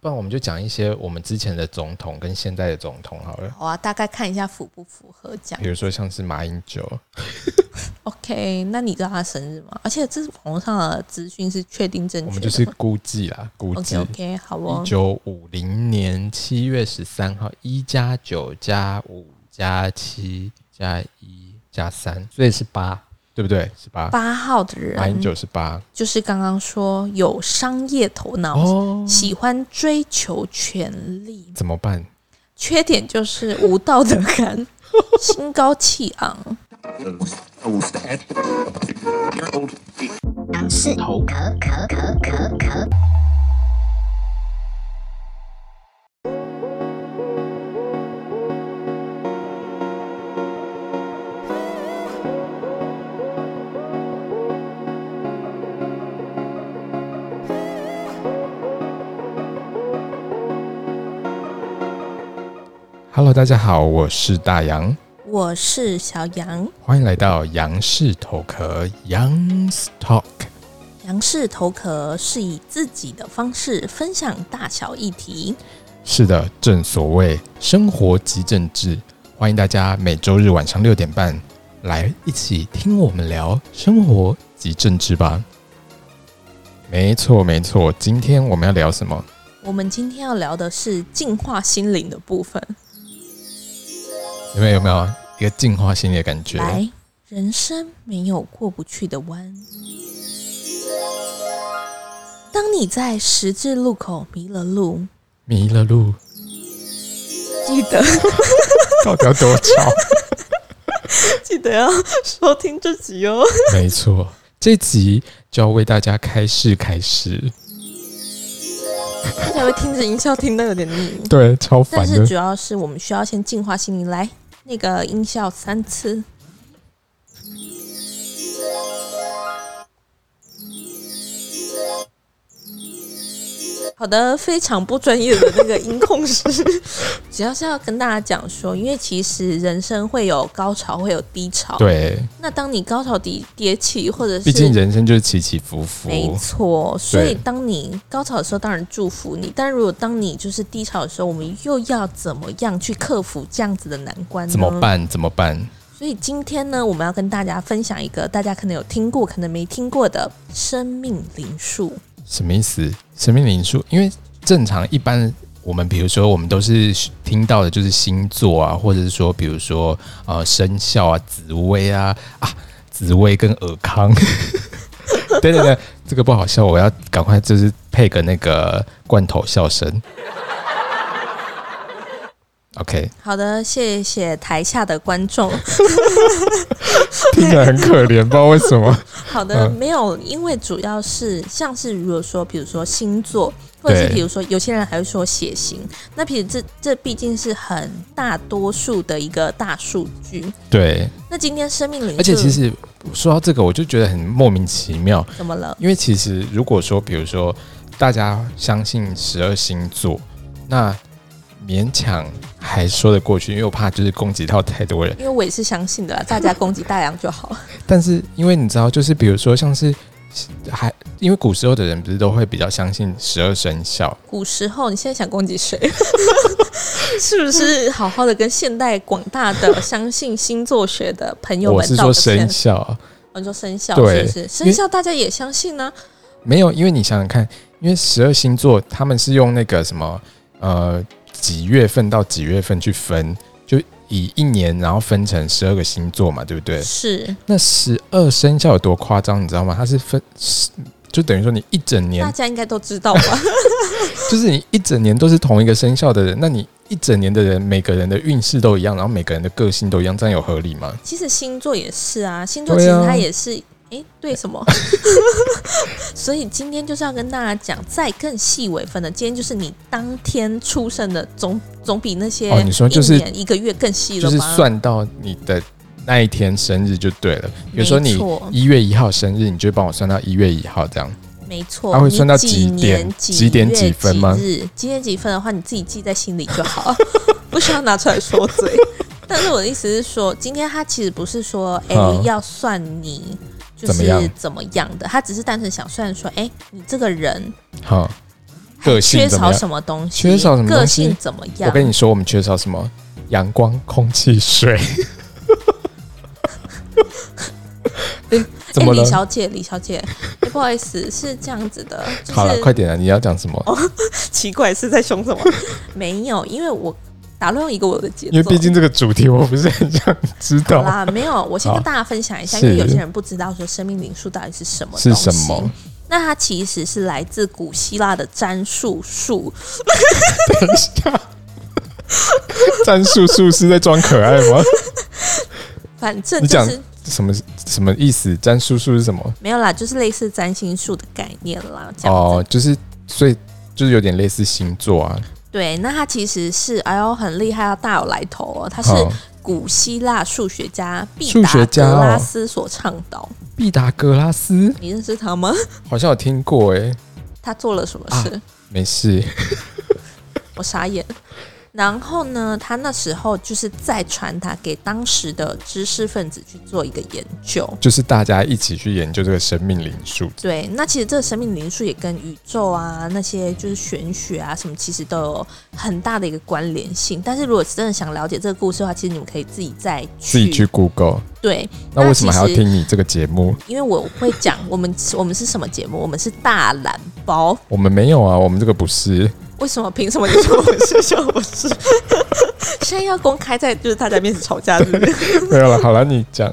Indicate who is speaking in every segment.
Speaker 1: 不然我们就讲一些我们之前的总统跟现在的总统好了，
Speaker 2: 好啊，大概看一下符不符合这样
Speaker 1: 比。如说像是马英九，
Speaker 2: OK，那你知道他生日吗？而且这是网络上的资讯是确定正确的
Speaker 1: 我
Speaker 2: 吗，
Speaker 1: 们就是估计啦，估计
Speaker 2: OK OK 好哦
Speaker 1: 一。九五零年七月十三号，一加九加五加七加一加三，所以是八，对不对？是八。
Speaker 2: 八号的
Speaker 1: 马英
Speaker 2: 人
Speaker 1: 九是八
Speaker 2: 就是刚刚说有商业头脑，
Speaker 1: 哦，
Speaker 2: 喜欢追求权力，
Speaker 1: 怎么办？
Speaker 2: 缺点就是无道德 感，心高气昂。
Speaker 1: Hello，大家好，我是大杨，
Speaker 2: 我是小杨，
Speaker 1: 欢迎来到杨氏头壳 Young's Talk。
Speaker 2: 杨氏头壳是以自己的方式分享大小议题。
Speaker 1: 是的，正所谓生活即政治，欢迎大家每周日晚上六点半来一起听我们聊生活及政治吧。没错，没错，今天我们要聊什么？
Speaker 2: 我们今天要聊的是净化心灵的部分。
Speaker 1: 有没有有没有一个净化心理的感觉？
Speaker 2: 来，人生没有过不去的弯。当你在十字路口迷了路，
Speaker 1: 迷了路，
Speaker 2: 记得
Speaker 1: 到底要多 吵？
Speaker 2: 记得要收听这集 哦。
Speaker 1: 没错，这集就要为大家开示开示。
Speaker 2: 大家会听着音效听到有点腻，
Speaker 1: 对，超
Speaker 2: 但
Speaker 1: 烦
Speaker 2: 是
Speaker 1: 的。
Speaker 2: 主要是我们需要先净化心灵。来，那个音效三次。好的，非常不专业的那个音控 师，主要是要跟大家讲说，因为其实人生会有高潮，会有低潮。
Speaker 1: 对，
Speaker 2: 那当你高潮迭迭起，或者
Speaker 1: 毕竟
Speaker 2: 是
Speaker 1: 人生就是起起伏伏。
Speaker 2: 没错，所
Speaker 1: 对
Speaker 2: 以当你高潮的时候，当然祝福你；但如果当你就是低潮的时候，我们又要怎么样去克服这样子的难关呢？
Speaker 1: 怎么？办？怎么办？
Speaker 2: 所以今天呢，我们要跟大家分享一个大家可能有听过，可能没听过的生命灵数。
Speaker 1: 什么意思？生命灵数？因为正常一般我们比如说我们都是听到的就是星座啊，或者是说比如说呃生肖啊、紫薇啊啊，紫薇跟尔康。 对对对，这个不好笑，我要赶快就是配个那个罐头笑声。OK，
Speaker 2: 好的，谢谢台下的 观众。
Speaker 1: 听起来很可怜，不知道为什么。
Speaker 2: 好的，
Speaker 1: 嗯
Speaker 2: 没有，因为主要是像是如果说，比如说星座，或者是
Speaker 1: 对
Speaker 2: 比如说有些人还会说血型，那其实这这毕竟是很大多数的一个大数据。
Speaker 1: 对，
Speaker 2: 那今天生命灵数，
Speaker 1: 而且其实说到这个，我就觉得很莫名其妙，
Speaker 2: 怎么了？
Speaker 1: 因为其实如果说，比如说大家相信十二星座，那勉强还说得过去，因为我怕就是攻击到太多人。
Speaker 2: 因为我也是相信的 啦，大家攻击大洋就好。
Speaker 1: 但是因为你知道，就是比如说像是还因为古时候的人不是都会比较相信十二生肖，
Speaker 2: 古时候，你现在想攻 击谁？是不是好好的跟现代广大的相信星座学的朋友
Speaker 1: 我
Speaker 2: 们
Speaker 1: 是
Speaker 2: 道
Speaker 1: 说
Speaker 2: 个歉
Speaker 1: 生？肖，
Speaker 2: 我说生肖
Speaker 1: 对
Speaker 2: 是不是？生肖大家也相信呢、
Speaker 1: 没有，因为你想想看，因为十二星座他们是用那个什么呃几月份到几月份去分，就以一年然后分成十二个星座嘛，对不对？
Speaker 2: 是。
Speaker 1: 那十二生肖有多夸张，你知道吗？它是分，是就等于说你一整
Speaker 2: 大
Speaker 1: 年，
Speaker 2: 家应该都知道吧？
Speaker 1: 就是你一整年都是同一个生肖的人，那你一整年的人，每个人的运势都一样，然后每个人的个性都一样，这样有合理吗？
Speaker 2: 其实星座也是啊，星座其
Speaker 1: 对
Speaker 2: 实
Speaker 1: 啊
Speaker 2: 它也是，诶，对什么？ 所以今天就是要跟大家讲，再更细微分的，今天就是你当天出生的，总总比那些
Speaker 1: 哦你说就是
Speaker 2: 一年一个月更细
Speaker 1: 就
Speaker 2: 了
Speaker 1: 是
Speaker 2: 吧？
Speaker 1: 算到你的那一天生日就对了。比如说
Speaker 2: 没
Speaker 1: 你
Speaker 2: 错
Speaker 1: 一月一号生日，你就帮我算到一月一号这样。
Speaker 2: 没错，
Speaker 1: 它会
Speaker 2: 你
Speaker 1: 算到
Speaker 2: 几
Speaker 1: 几点
Speaker 2: 年几
Speaker 1: 几点
Speaker 2: 月
Speaker 1: 几分吗
Speaker 2: 日几点几分的话，你自己记在心里就好， 不需要拿出来说嘴。 但是我的意思是说，今天他其实不是说，哎、
Speaker 1: 嗯
Speaker 2: 要算你就
Speaker 1: 怎么
Speaker 2: 是
Speaker 1: 样
Speaker 2: 怎么样的，他只是单纯想算说，哎、你这个人
Speaker 1: 好，个性
Speaker 2: 缺
Speaker 1: 怎么
Speaker 2: 少
Speaker 1: 样
Speaker 2: 什么东西？
Speaker 1: 缺少什么
Speaker 2: 个
Speaker 1: 东西
Speaker 2: 性怎么
Speaker 1: 我
Speaker 2: 样？
Speaker 1: 跟你说，我们缺少什么？阳光、空气、 水。 哎怎
Speaker 2: 哎
Speaker 1: 么了？
Speaker 2: 李小姐，李小姐，哎不好意思，是这样子的，就
Speaker 1: 好了，
Speaker 2: 是哦
Speaker 1: 快点啊！你要讲什么？
Speaker 2: 奇怪是在凶什么？没有，因为我打乱一个我的节奏，
Speaker 1: 因为毕竟这个主题我不是很想知
Speaker 2: 好
Speaker 1: 道
Speaker 2: 啦，没有，我先
Speaker 1: 好
Speaker 2: 跟大家分享一下，
Speaker 1: 是
Speaker 2: 因为有些人不知道说生命灵数到底是什么
Speaker 1: 是
Speaker 2: 东西
Speaker 1: 什么。
Speaker 2: 那它其实是来自古希腊的占术术，
Speaker 1: 战术术是在装可爱吗？
Speaker 2: 反正
Speaker 1: 你
Speaker 2: 就
Speaker 1: 讲
Speaker 2: 是
Speaker 1: 什么什么意思？战术术是什么？
Speaker 2: 没有啦，就是类似占星术的概念啦。这样子
Speaker 1: 哦，就是所以就是有点类似星座啊。
Speaker 2: 对，那它其实是哎呦很厉害啊，大有来头哦。它是
Speaker 1: 好，
Speaker 2: 古希腊数学家毕
Speaker 1: 数
Speaker 2: 达
Speaker 1: 学家
Speaker 2: 哥
Speaker 1: 哦
Speaker 2: 拉斯所倡导。
Speaker 1: 毕达哥拉斯
Speaker 2: 你认识他吗？
Speaker 1: 好像有听过哎、
Speaker 2: 他做了什么
Speaker 1: 啊
Speaker 2: 事？
Speaker 1: 没事，
Speaker 2: 我傻眼。然后呢，他那时候就是再传达给当时的知识分子去做一个研究。
Speaker 1: 就是大家一起去研究这个生命灵数。
Speaker 2: 对，那其实这个生命灵数也跟宇宙啊、那些就是玄学啊什么，其实都有很大的一个关联性。但是如果真的想了解这个故事的话，其实你们可以自己再
Speaker 1: 自
Speaker 2: 去
Speaker 1: 己去 Google，
Speaker 2: 对，
Speaker 1: 那为什么还要
Speaker 2: 那其实
Speaker 1: 听你这个节目？
Speaker 2: 因为我会讲我们我们是什么节目，我们是大懒包。
Speaker 1: 我们没有啊，我们这个不是。
Speaker 2: 为什么？凭什么你说我是，说我是？ 现在要公开在就是大家面前吵架，是 不是？
Speaker 1: 没有了，好了，你讲。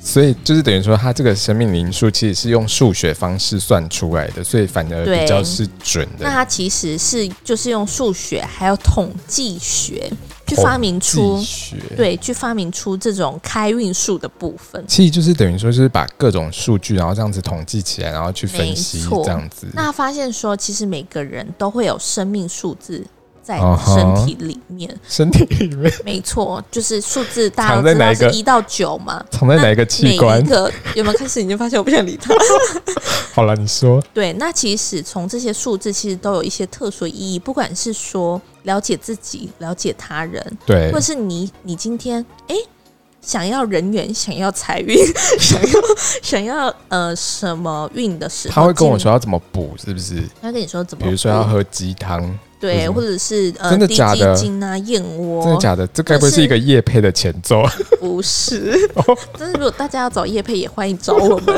Speaker 1: 所以就是等于说，它这个生命灵数其实是用数学方式算出来的，所以反而
Speaker 2: 对
Speaker 1: 比较是准
Speaker 2: 那
Speaker 1: 的。
Speaker 2: 他其实是就是用数学还有统计学去发明出
Speaker 1: 计，学，
Speaker 2: 对，去发明出这种开运数的部分。
Speaker 1: 其实就是等于说，就是把各种数据，然后这样子统计起来，然后去分析
Speaker 2: 没错
Speaker 1: 这样子。
Speaker 2: 那他发现说，其实每个人都会有生命数字在
Speaker 1: 啊哈
Speaker 2: 身体里面
Speaker 1: 身体里面
Speaker 2: 没错，就是数字大家
Speaker 1: 藏在
Speaker 2: 都知
Speaker 1: 哪
Speaker 2: 道
Speaker 1: 一个
Speaker 2: 是一到九嘛。
Speaker 1: 藏在哪一个器
Speaker 2: 每
Speaker 1: 官
Speaker 2: 一？个有没有开始已经发现我不想理他？
Speaker 1: 好了，你说
Speaker 2: 对，那其实从这些数字其实都有一些特殊意义，不管是说了解自己、了解他人，
Speaker 1: 对
Speaker 2: 或者，是你你今天哎、诶想要人缘，想要财运， 想要想要呃什么运的时候，
Speaker 1: 他会跟我
Speaker 2: 尽，
Speaker 1: 说要怎么补，是不是？
Speaker 2: 他会跟你说怎么补，
Speaker 1: 比如说要喝鸡汤，
Speaker 2: 对，
Speaker 1: 嗯
Speaker 2: 或者是呃
Speaker 1: 真的假的
Speaker 2: 低基金 啊、燕窝，
Speaker 1: 真的假的？这该不会
Speaker 2: 就是
Speaker 1: 是一个夜配的哦前奏？
Speaker 2: 不是。但是如果大家要找叶配，也欢迎找我们。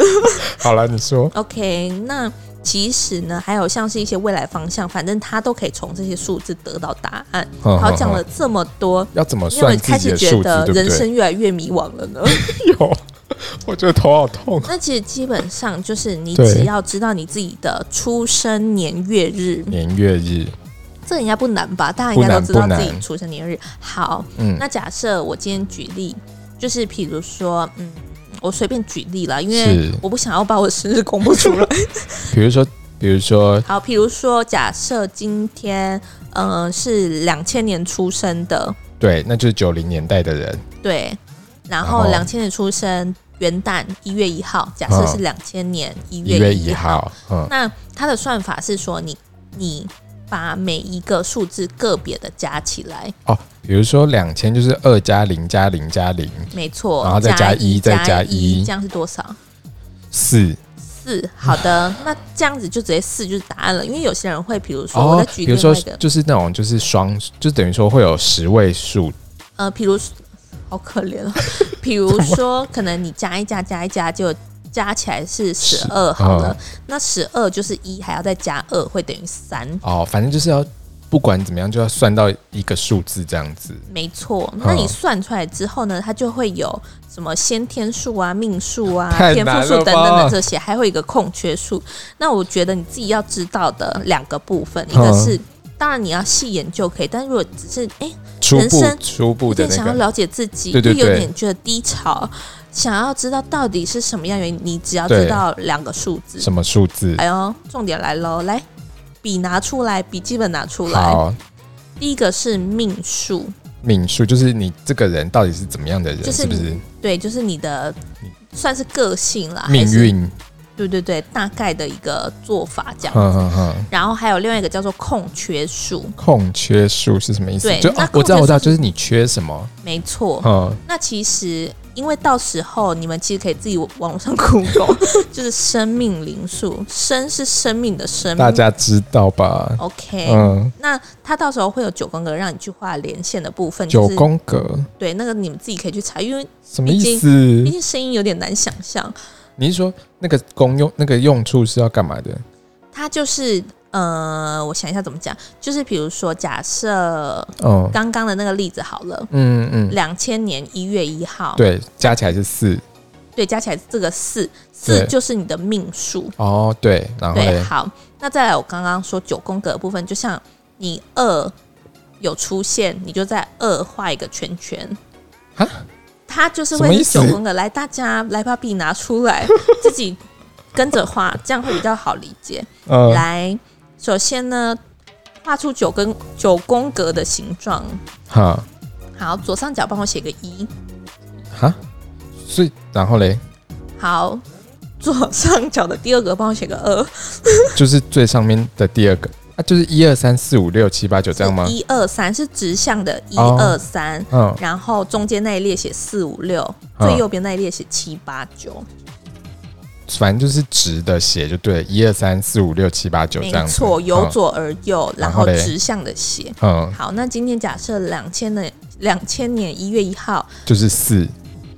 Speaker 1: 好了，你说
Speaker 2: OK，那其实呢，还有像是一些未来方向，反正他都可以从这些数字得到答案。
Speaker 1: 嗯
Speaker 2: 好，
Speaker 1: 嗯
Speaker 2: 讲了这么多，
Speaker 1: 要怎么
Speaker 2: 你有没
Speaker 1: 算
Speaker 2: 有
Speaker 1: 自
Speaker 2: 开
Speaker 1: 己
Speaker 2: 始
Speaker 1: 的
Speaker 2: 觉
Speaker 1: 数字
Speaker 2: 得，
Speaker 1: 对
Speaker 2: 人
Speaker 1: 不对？
Speaker 2: 生越来越迷惘了 呢？
Speaker 1: 有，我觉得头好痛。啊
Speaker 2: 那其实基本上就是你
Speaker 1: 对
Speaker 2: 只要知道你自己的出生年月日，
Speaker 1: 年月日，
Speaker 2: 这应该不难吧？大家
Speaker 1: 不
Speaker 2: 应该
Speaker 1: 难
Speaker 2: 都知道
Speaker 1: 不
Speaker 2: 自己
Speaker 1: 难
Speaker 2: 出生年月日。好，
Speaker 1: 嗯，
Speaker 2: 那假设我今天举例，就是譬如说，嗯，我随便举例啦，因为
Speaker 1: 是
Speaker 2: 我不想要把我生日公布出 来。
Speaker 1: 比如说，比如说，
Speaker 2: 好，譬如说，假设今天，呃，是两千年出生的，
Speaker 1: 对，那就是九零年代的人，
Speaker 2: 对，然
Speaker 1: 然
Speaker 2: 后
Speaker 1: 后
Speaker 2: 两千年出生，元旦一月一号，假设
Speaker 1: 嗯
Speaker 2: 是两千年一
Speaker 1: 一月
Speaker 2: 月
Speaker 1: 一
Speaker 2: 一号。
Speaker 1: 号，嗯，
Speaker 2: 那它的算法是说你，你把每一个数字个别的加起来，
Speaker 1: 哦，比如说两千就是二加零加零加零
Speaker 2: 没错，
Speaker 1: 然后再加一再加一
Speaker 2: 一，这样是多少？
Speaker 1: 四，
Speaker 2: 四。好 的，那这样子就直接四就是答案了，因为有些人会，比如说、我
Speaker 1: 哦，
Speaker 2: 再举
Speaker 1: 比
Speaker 2: 另
Speaker 1: 如说
Speaker 2: 外一个，
Speaker 1: 就是那种就是双，就等于说会有十位数，
Speaker 2: 呃，比如说好可怜哦， 比如说可能你加一加加一加就。加起来是十二，好
Speaker 1: 哦
Speaker 2: 了，那十二就是一，还要再加二，会等于三。
Speaker 1: 哦，反正就是要不管怎么样就要算到一个数字这样子，
Speaker 2: 没错，
Speaker 1: 好
Speaker 2: 那你算出来之后呢，它就会有什么先天数啊、命数啊、
Speaker 1: 太
Speaker 2: 天赋
Speaker 1: 难
Speaker 2: 数
Speaker 1: 了
Speaker 2: 等等
Speaker 1: 吧
Speaker 2: 的这些，还会有一个空缺数。那我觉得你自己要知道的两个部分，一个
Speaker 1: 嗯
Speaker 2: 是当然你要细研究可以，但如果只是哎、
Speaker 1: 初
Speaker 2: 人
Speaker 1: 步
Speaker 2: 生
Speaker 1: 初步
Speaker 2: 有
Speaker 1: 的
Speaker 2: 点
Speaker 1: 那
Speaker 2: 想要
Speaker 1: 个，
Speaker 2: 了解自己，
Speaker 1: 对对
Speaker 2: 又有
Speaker 1: 对
Speaker 2: 点觉得低潮，想要知道到底是什么样原因，你只要
Speaker 1: 对
Speaker 2: 知道两个数字。
Speaker 1: 什么数字？
Speaker 2: 哎呦，重点来喽！来，笔拿出来，笔记本拿出来。
Speaker 1: 好，
Speaker 2: 第一个是命数，
Speaker 1: 命数就是你这个人到底是怎么样的人，
Speaker 2: 就是
Speaker 1: 是不
Speaker 2: 你
Speaker 1: 是
Speaker 2: 对，就是你的算是个性啦，
Speaker 1: 命
Speaker 2: 还是，
Speaker 1: 运？
Speaker 2: 对对对，大概的一个做法这样。
Speaker 1: 哼哼哼。
Speaker 2: 然后还有另外一个叫做空缺数，
Speaker 1: 空缺数是什么意思
Speaker 2: 对？
Speaker 1: 就
Speaker 2: 那
Speaker 1: 啊，
Speaker 2: 空
Speaker 1: 我知道，
Speaker 2: 缺
Speaker 1: 我知道，
Speaker 2: 数
Speaker 1: 就是你缺什么，
Speaker 2: 没错。
Speaker 1: 嗯，
Speaker 2: 那其实因为到时候你们其实可以自己网上 Google，就是 生命灵数，生是生命的生，
Speaker 1: 大家知道吧？
Speaker 2: OK，、
Speaker 1: 嗯，
Speaker 2: 那它到时候会有九宫格让你去画连线的部分，
Speaker 1: 九
Speaker 2: 就是
Speaker 1: 宫格
Speaker 2: 对那个你们自己可以去查，因为
Speaker 1: 什么意
Speaker 2: 毕竟
Speaker 1: 思
Speaker 2: 毕？竟声音有点难想象，
Speaker 1: 你是说那个功用那个用处是要干嘛的？
Speaker 2: 它就是呃，我想一下怎么讲，就是比如说假设
Speaker 1: 嗯
Speaker 2: 刚刚的那个例子好了，
Speaker 1: 嗯嗯，
Speaker 2: 两千年一月一号，
Speaker 1: 对，加起来是四
Speaker 2: 对加起来这个四
Speaker 1: 对
Speaker 2: 四就是你的命数，
Speaker 1: 哦，对，然后
Speaker 2: 对，
Speaker 1: 嘞，
Speaker 2: 好，那再来我刚刚说九宫格的部分，就像你二有出现，你就在二画一个圈圈
Speaker 1: 哈。
Speaker 2: 它就是
Speaker 1: 什么
Speaker 2: 会
Speaker 1: 意
Speaker 2: 是
Speaker 1: 思
Speaker 2: 九宫格，来，大家来把笔拿出来， 自己跟着画，这样会比较好理解。
Speaker 1: 嗯，
Speaker 2: 来，首先呢，画出九根九宫格的形状。
Speaker 1: 好
Speaker 2: 好，左上角帮我写个一。
Speaker 1: 哈，所以然后嘞，
Speaker 2: 好，左上角的第二个帮我写个二。
Speaker 1: 就是最上面的第二个啊，就是一二三四五六七八九这样吗？
Speaker 2: 一二三是直向的，一
Speaker 1: 哦
Speaker 2: 二三。
Speaker 1: 嗯，
Speaker 2: 然后中间那一列写四五六，
Speaker 1: 嗯
Speaker 2: 最右边那一列写七八九，
Speaker 1: 嗯反正就是直的写就对了，一二三四五六七八九这
Speaker 2: 没
Speaker 1: 样子。
Speaker 2: 错，由
Speaker 1: 嗯
Speaker 2: 左而右，
Speaker 1: 然
Speaker 2: 然
Speaker 1: 后
Speaker 2: 后
Speaker 1: 嘞
Speaker 2: 直向的写。
Speaker 1: 嗯，
Speaker 2: 好，那今天假设两千的两千年一月一号，
Speaker 1: 就是四。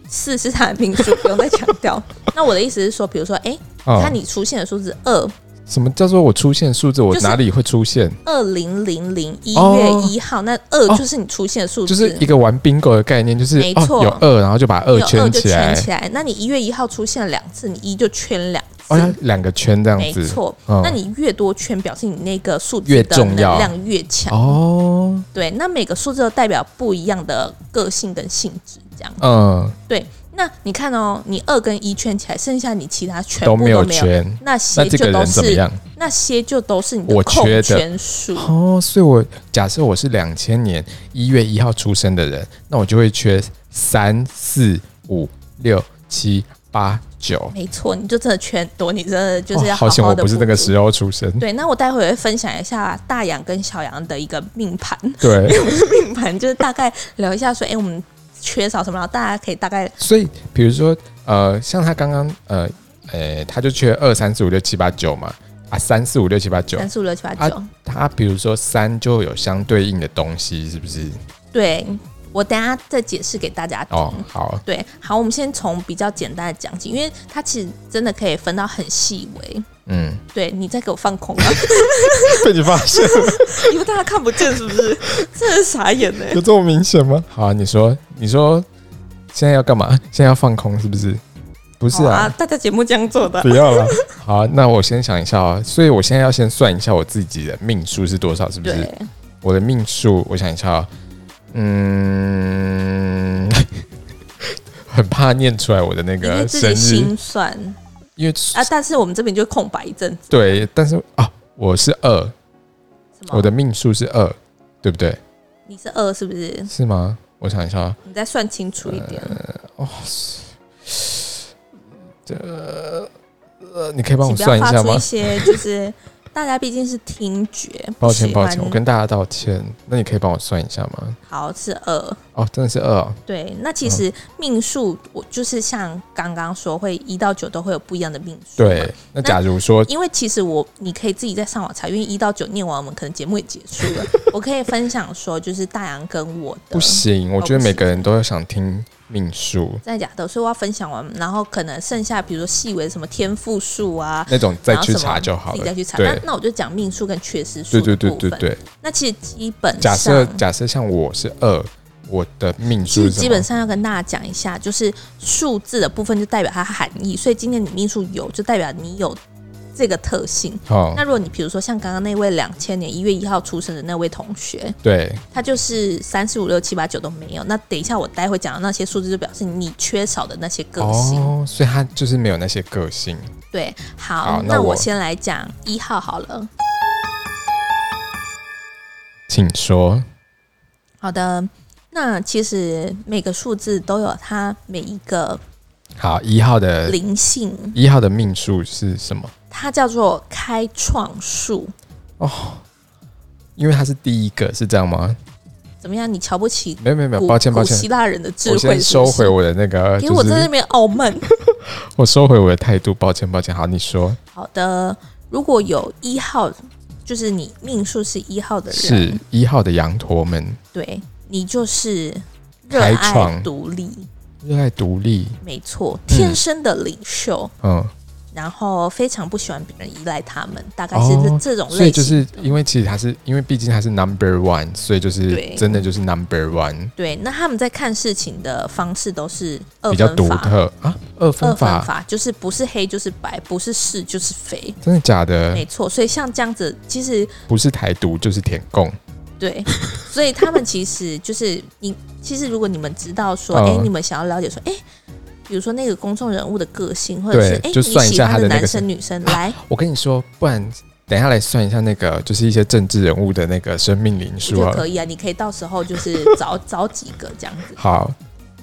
Speaker 2: 四是它的命数，不用再强 调。那我的意思是说，比如说，哎、
Speaker 1: 嗯
Speaker 2: 看你出现的数字二
Speaker 1: 什么叫做我出现数字？我
Speaker 2: 就是
Speaker 1: 哪里会出现？
Speaker 2: 二零零零一
Speaker 1: 哦
Speaker 2: 月一号，那二就是你出现的数
Speaker 1: 就
Speaker 2: 字，
Speaker 1: 是一个玩 bingo 的概念，就是
Speaker 2: 没
Speaker 1: 哦
Speaker 2: 错
Speaker 1: 有二，然后就把二
Speaker 2: 有二
Speaker 1: 圈
Speaker 2: 就
Speaker 1: 起
Speaker 2: 圈
Speaker 1: 来，
Speaker 2: 起来。那你一月一号出现了两次，你一就圈两次。
Speaker 1: 哦，要两个圈这样
Speaker 2: 没
Speaker 1: 子。
Speaker 2: 错，
Speaker 1: 嗯
Speaker 2: 那你越多圈，表示你那个数
Speaker 1: 越
Speaker 2: 字的
Speaker 1: 重
Speaker 2: 能
Speaker 1: 要
Speaker 2: 量越强。
Speaker 1: 哦，
Speaker 2: 对，那每个数字都代表不一样的个性跟性质，这样。
Speaker 1: 嗯，
Speaker 2: 对，那你看哦，你二跟一圈起来，剩下你其他全
Speaker 1: 都
Speaker 2: 部
Speaker 1: 没有
Speaker 2: 都没有，
Speaker 1: 圈。
Speaker 2: 那些
Speaker 1: 那这
Speaker 2: 就
Speaker 1: 个
Speaker 2: 都
Speaker 1: 人怎么
Speaker 2: 是
Speaker 1: 样？
Speaker 2: 那些就都是你
Speaker 1: 我
Speaker 2: 的
Speaker 1: 缺
Speaker 2: 空
Speaker 1: 的
Speaker 2: 圈数。
Speaker 1: 哦，所以我假设我是两千年一月一号出生的人，那我就会缺三四五六七八九。
Speaker 2: 没错，你就真的圈多，你真的就是
Speaker 1: 哦
Speaker 2: 要
Speaker 1: 好险，
Speaker 2: 好
Speaker 1: 我
Speaker 2: 的、
Speaker 1: 不是那个。时候出生。
Speaker 2: 对，那我待会会分享一下大洋跟小杨的一个命盘，
Speaker 1: 对，
Speaker 2: 命盘就是大概聊一下说，哎、我们缺少什么，然后大家可以大概
Speaker 1: 所以比如说，呃，像他刚刚，呃，呃，他就缺二三四五六七八九嘛，啊，三四五六七八九，
Speaker 2: 三四五六七八
Speaker 1: 啊
Speaker 2: 九。
Speaker 1: 他比如说三就有相对应的东西，是不是？
Speaker 2: 对我等一下再解释给大家听。
Speaker 1: 哦，好，
Speaker 2: 对，好，我们先从比较简单的讲起，因为它其实真的可以分到很细微。
Speaker 1: 嗯，
Speaker 2: 对你再给我放 空啊，
Speaker 1: 被你发现了，
Speaker 2: 因为大家看不见是不是？ 真的傻眼欸呢、
Speaker 1: 有这么明显吗？ 好、啊，你说，你说，现在要干嘛？现在要放空是不是？不是
Speaker 2: 好
Speaker 1: 啊，
Speaker 2: 大家节目这样做的
Speaker 1: 不。要了。 好啊、那我先想一下哦。所以我现在要先算一下我自己的命数是多少，是不是？
Speaker 2: 对，
Speaker 1: 我的命数，我想一下、哦，嗯， 很怕念出来我的那
Speaker 2: 因为
Speaker 1: 个
Speaker 2: 自
Speaker 1: 生
Speaker 2: 己
Speaker 1: 日，
Speaker 2: 心酸
Speaker 1: 因为
Speaker 2: 啊，但是我们这边就空白一阵子。
Speaker 1: 对，但是啊，我是
Speaker 2: 哦
Speaker 1: 二，
Speaker 2: 什么
Speaker 1: 我的命数是二，对不对？
Speaker 2: 你是二是不是？
Speaker 1: 是吗？我想一下哦，
Speaker 2: 你再算清楚一点，
Speaker 1: 呃这呃，你可以帮我
Speaker 2: 请不
Speaker 1: 算
Speaker 2: 要
Speaker 1: 一
Speaker 2: 发
Speaker 1: 下
Speaker 2: 出
Speaker 1: 吗
Speaker 2: 一？些就是大家毕竟是听觉，不
Speaker 1: 抱歉，
Speaker 2: 喜
Speaker 1: 抱
Speaker 2: 欢
Speaker 1: 歉，我跟大家道歉。那你可以帮我算一下吗？
Speaker 2: 好是二。
Speaker 1: 哦，真的是二、哦，
Speaker 2: 对，那其实命数，我就是像刚刚说，会一到九都会有不一样的命数。，
Speaker 1: 对。那假如说，
Speaker 2: 因为其实我你可以自己在上网查，因为一到九念完，我们可能节目也结束 了。我可以分享说，就是大洋跟我的
Speaker 1: 不行，我觉得
Speaker 2: 不
Speaker 1: 每
Speaker 2: 行
Speaker 1: 个人都要想听命数
Speaker 2: 真的假的，所以我要分享完，然后可能剩下比如说细微什么天赋数啊，
Speaker 1: 那种，再
Speaker 2: 然后
Speaker 1: 去
Speaker 2: 什么
Speaker 1: 查就好
Speaker 2: 自己
Speaker 1: 了
Speaker 2: 再。去查。那
Speaker 1: 对，
Speaker 2: 那我就讲命数跟缺失数
Speaker 1: 对
Speaker 2: 的部
Speaker 1: 对对
Speaker 2: 分。
Speaker 1: 对对。
Speaker 2: 那其实基本
Speaker 1: 假设
Speaker 2: 上
Speaker 1: 假设像我是二，我的命
Speaker 2: 其
Speaker 1: 数
Speaker 2: 实
Speaker 1: 是
Speaker 2: 基
Speaker 1: 什
Speaker 2: 本
Speaker 1: 么？
Speaker 2: 上要跟大家讲一下，就是数字的部分就代表它含义，所以今天你命数有，就代表你有这个特性。
Speaker 1: 好、
Speaker 2: 那如果你比如说像刚刚那位两千年一月一号出生的那位同学，
Speaker 1: 对，
Speaker 2: 他就是三四五六七八九都没有。那等一下我待会讲的那些数字，就表示你缺少的那些个性。
Speaker 1: 哦，所以他就是没有那些个性。
Speaker 2: 对，好，
Speaker 1: 好那
Speaker 2: 那
Speaker 1: 我
Speaker 2: 我先来讲一号好了。
Speaker 1: 请说，
Speaker 2: 好的，那其实每个数字都有它每一个
Speaker 1: 好，一号的
Speaker 2: 灵性，
Speaker 1: 一号的命数是什么？
Speaker 2: 它叫做开创数。
Speaker 1: 因为他是第一个，是这样吗？
Speaker 2: 怎么样？你瞧不起
Speaker 1: 没有没有没有，
Speaker 2: 古
Speaker 1: 抱歉抱
Speaker 2: 古
Speaker 1: 歉，
Speaker 2: 希腊人的智
Speaker 1: 我
Speaker 2: 慧是不
Speaker 1: 先
Speaker 2: 是？
Speaker 1: 收回我的那个，
Speaker 2: 因
Speaker 1: 就
Speaker 2: 为我在那
Speaker 1: 是
Speaker 2: 边傲慢。
Speaker 1: 我收回我的态度，抱歉抱歉。好，你说
Speaker 2: 好的，如果有一号，就是你命数是一号的人，
Speaker 1: 是一号的羊驼们
Speaker 2: 对你就是热
Speaker 1: 开
Speaker 2: 爱
Speaker 1: 创
Speaker 2: 独立，
Speaker 1: 热爱独立，
Speaker 2: 没错，
Speaker 1: 嗯
Speaker 2: 天生的领袖，
Speaker 1: 嗯，
Speaker 2: 然后非常不喜欢别人依赖他们，大概是
Speaker 1: 哦
Speaker 2: 这种
Speaker 1: 所以
Speaker 2: 类型。
Speaker 1: 就是因为其实他是因为毕竟他是 number one，所以就是
Speaker 2: 对
Speaker 1: 真的就是 number one
Speaker 2: 对，那他们在看事情的方式都是二
Speaker 1: 比较
Speaker 2: 分
Speaker 1: 独
Speaker 2: 法，
Speaker 1: 特啊，二
Speaker 2: 二
Speaker 1: 分
Speaker 2: 分
Speaker 1: 法
Speaker 2: 法就是不是黑就是白，不是是就是非，
Speaker 1: 真的假的？
Speaker 2: 没错。所以像这样子，其实
Speaker 1: 不是台独就是舔共，
Speaker 2: 对，所以他们其实就是你，其实如果你们知道说，
Speaker 1: 嗯
Speaker 2: 哎、你们想要了解说，哎、比如说那个公众人物的个性，或者
Speaker 1: 对
Speaker 2: 是哎、
Speaker 1: 就算一
Speaker 2: 你喜
Speaker 1: 下他
Speaker 2: 欢
Speaker 1: 的那个
Speaker 2: 男
Speaker 1: 什
Speaker 2: 生女生， 来，
Speaker 1: 我跟你说，不然等一下来算一下那个，就是一些政治人物的那个生命灵
Speaker 2: 我
Speaker 1: 数
Speaker 2: 觉得
Speaker 1: 啊。
Speaker 2: 可以啊，你可以到时候就是 找找几个这样子。
Speaker 1: 好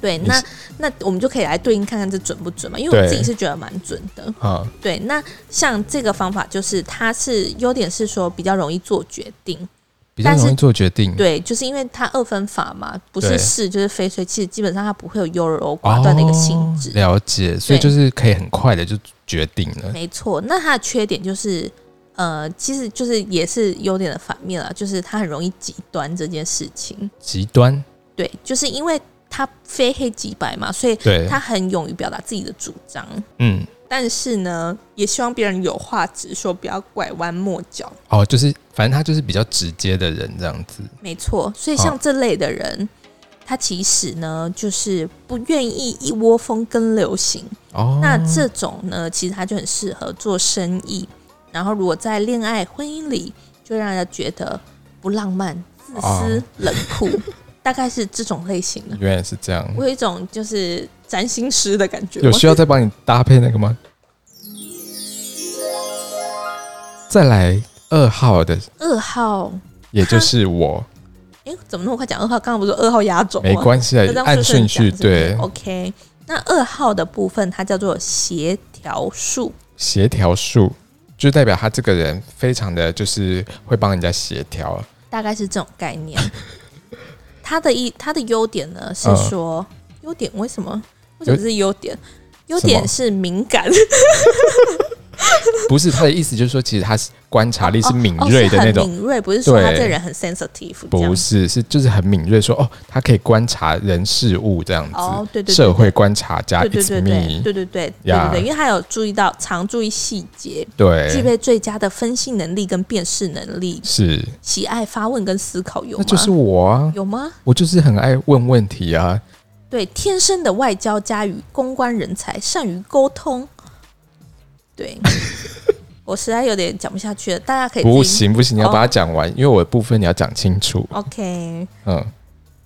Speaker 2: 对，
Speaker 1: 你
Speaker 2: 那
Speaker 1: 是
Speaker 2: 那我们就可以来对应看看这准不准嘛，因为我
Speaker 1: 对
Speaker 2: 自己是觉得蛮准的。
Speaker 1: 啊、
Speaker 2: 对，那像这个方法就是它是优点是说比较容易做决定，
Speaker 1: 嗯比较
Speaker 2: 但是
Speaker 1: 容易做决定。
Speaker 2: 对，就是因为它二分法嘛，不是
Speaker 1: 对
Speaker 2: 是就是非，所以其实基本上它不会有优柔寡
Speaker 1: 哦，
Speaker 2: 断的一个性质。
Speaker 1: 了解，所以
Speaker 2: 对
Speaker 1: 就是可以很快的就决定了。
Speaker 2: 没错，那它的缺点就是，呃，其实就是也是优点的反面啦，就是它很容易极端这件事情。
Speaker 1: 极端，
Speaker 2: 对，就是因为它非黑即白嘛，所以
Speaker 1: 对，
Speaker 2: 它很勇于表达自己的主张，
Speaker 1: 嗯，
Speaker 2: 但是呢，也希望别人有话直说，不要拐弯抹角。
Speaker 1: 哦，就是反正他就是比较直接的人这样子。
Speaker 2: 没错，所以
Speaker 1: 好
Speaker 2: 像这类的人，他其实呢就是不愿意一窝蜂跟流行。
Speaker 1: 哦，
Speaker 2: 那这种呢，其实他就很适合做生意。然后如果在恋爱、婚姻里，就让人家觉得不浪漫、自私
Speaker 1: 哦、嗯
Speaker 2: 冷 酷，大概是这种类型的。
Speaker 1: 原来是这样，
Speaker 2: 我有一种就是占星师的感觉。
Speaker 1: 有需要再帮你搭配那个吗？再来二号的，
Speaker 2: 二号，
Speaker 1: 也就是 我，
Speaker 2: 哎，怎么那么快讲二号？刚刚不是说二号压轴吗？
Speaker 1: 没关系啊
Speaker 2: 那这，样
Speaker 1: 按顺序
Speaker 2: 讲是不哦是
Speaker 1: 对，
Speaker 2: OK，那二号的部分它叫做协调术。
Speaker 1: 协调术就代表他这个人非常的就是会帮人家协 调，
Speaker 2: 大概是这种概 念。它的一它的优点呢是
Speaker 1: 嗯
Speaker 2: 说，优、点为什么？为什么是优点？优点是敏感，
Speaker 1: 不是他的意思，就是说其实他是观察力是敏
Speaker 2: 哦
Speaker 1: 锐的那种
Speaker 2: 很，敏锐，不是说
Speaker 1: 对
Speaker 2: 他这人很 sensitive 这样
Speaker 1: 不。是，是就是很敏锐，说哦，他可以观察人事物这样子，
Speaker 2: 哦，对对对，
Speaker 1: 社会观察家
Speaker 2: 对对
Speaker 1: it's
Speaker 2: 对对
Speaker 1: me，
Speaker 2: 对对对对
Speaker 1: 呀
Speaker 2: 对对，因为他有注意到，常注意细节，具
Speaker 1: 对，
Speaker 2: 备最佳的分析能力跟辨识能力，
Speaker 1: 是，
Speaker 2: 喜爱发问跟思考，有
Speaker 1: 那
Speaker 2: 吗？
Speaker 1: 就是我啊，
Speaker 2: 有吗？
Speaker 1: 我就是很爱问问题啊，
Speaker 2: 对，天生的外交家与公关人才，善于沟通。 对，我实在有点讲不下去了，大家可以
Speaker 1: 不
Speaker 2: 自己。
Speaker 1: 行不行，你要
Speaker 2: 哦
Speaker 1: 把它讲完，因为我的部分你要讲清楚，
Speaker 2: OK，
Speaker 1: 嗯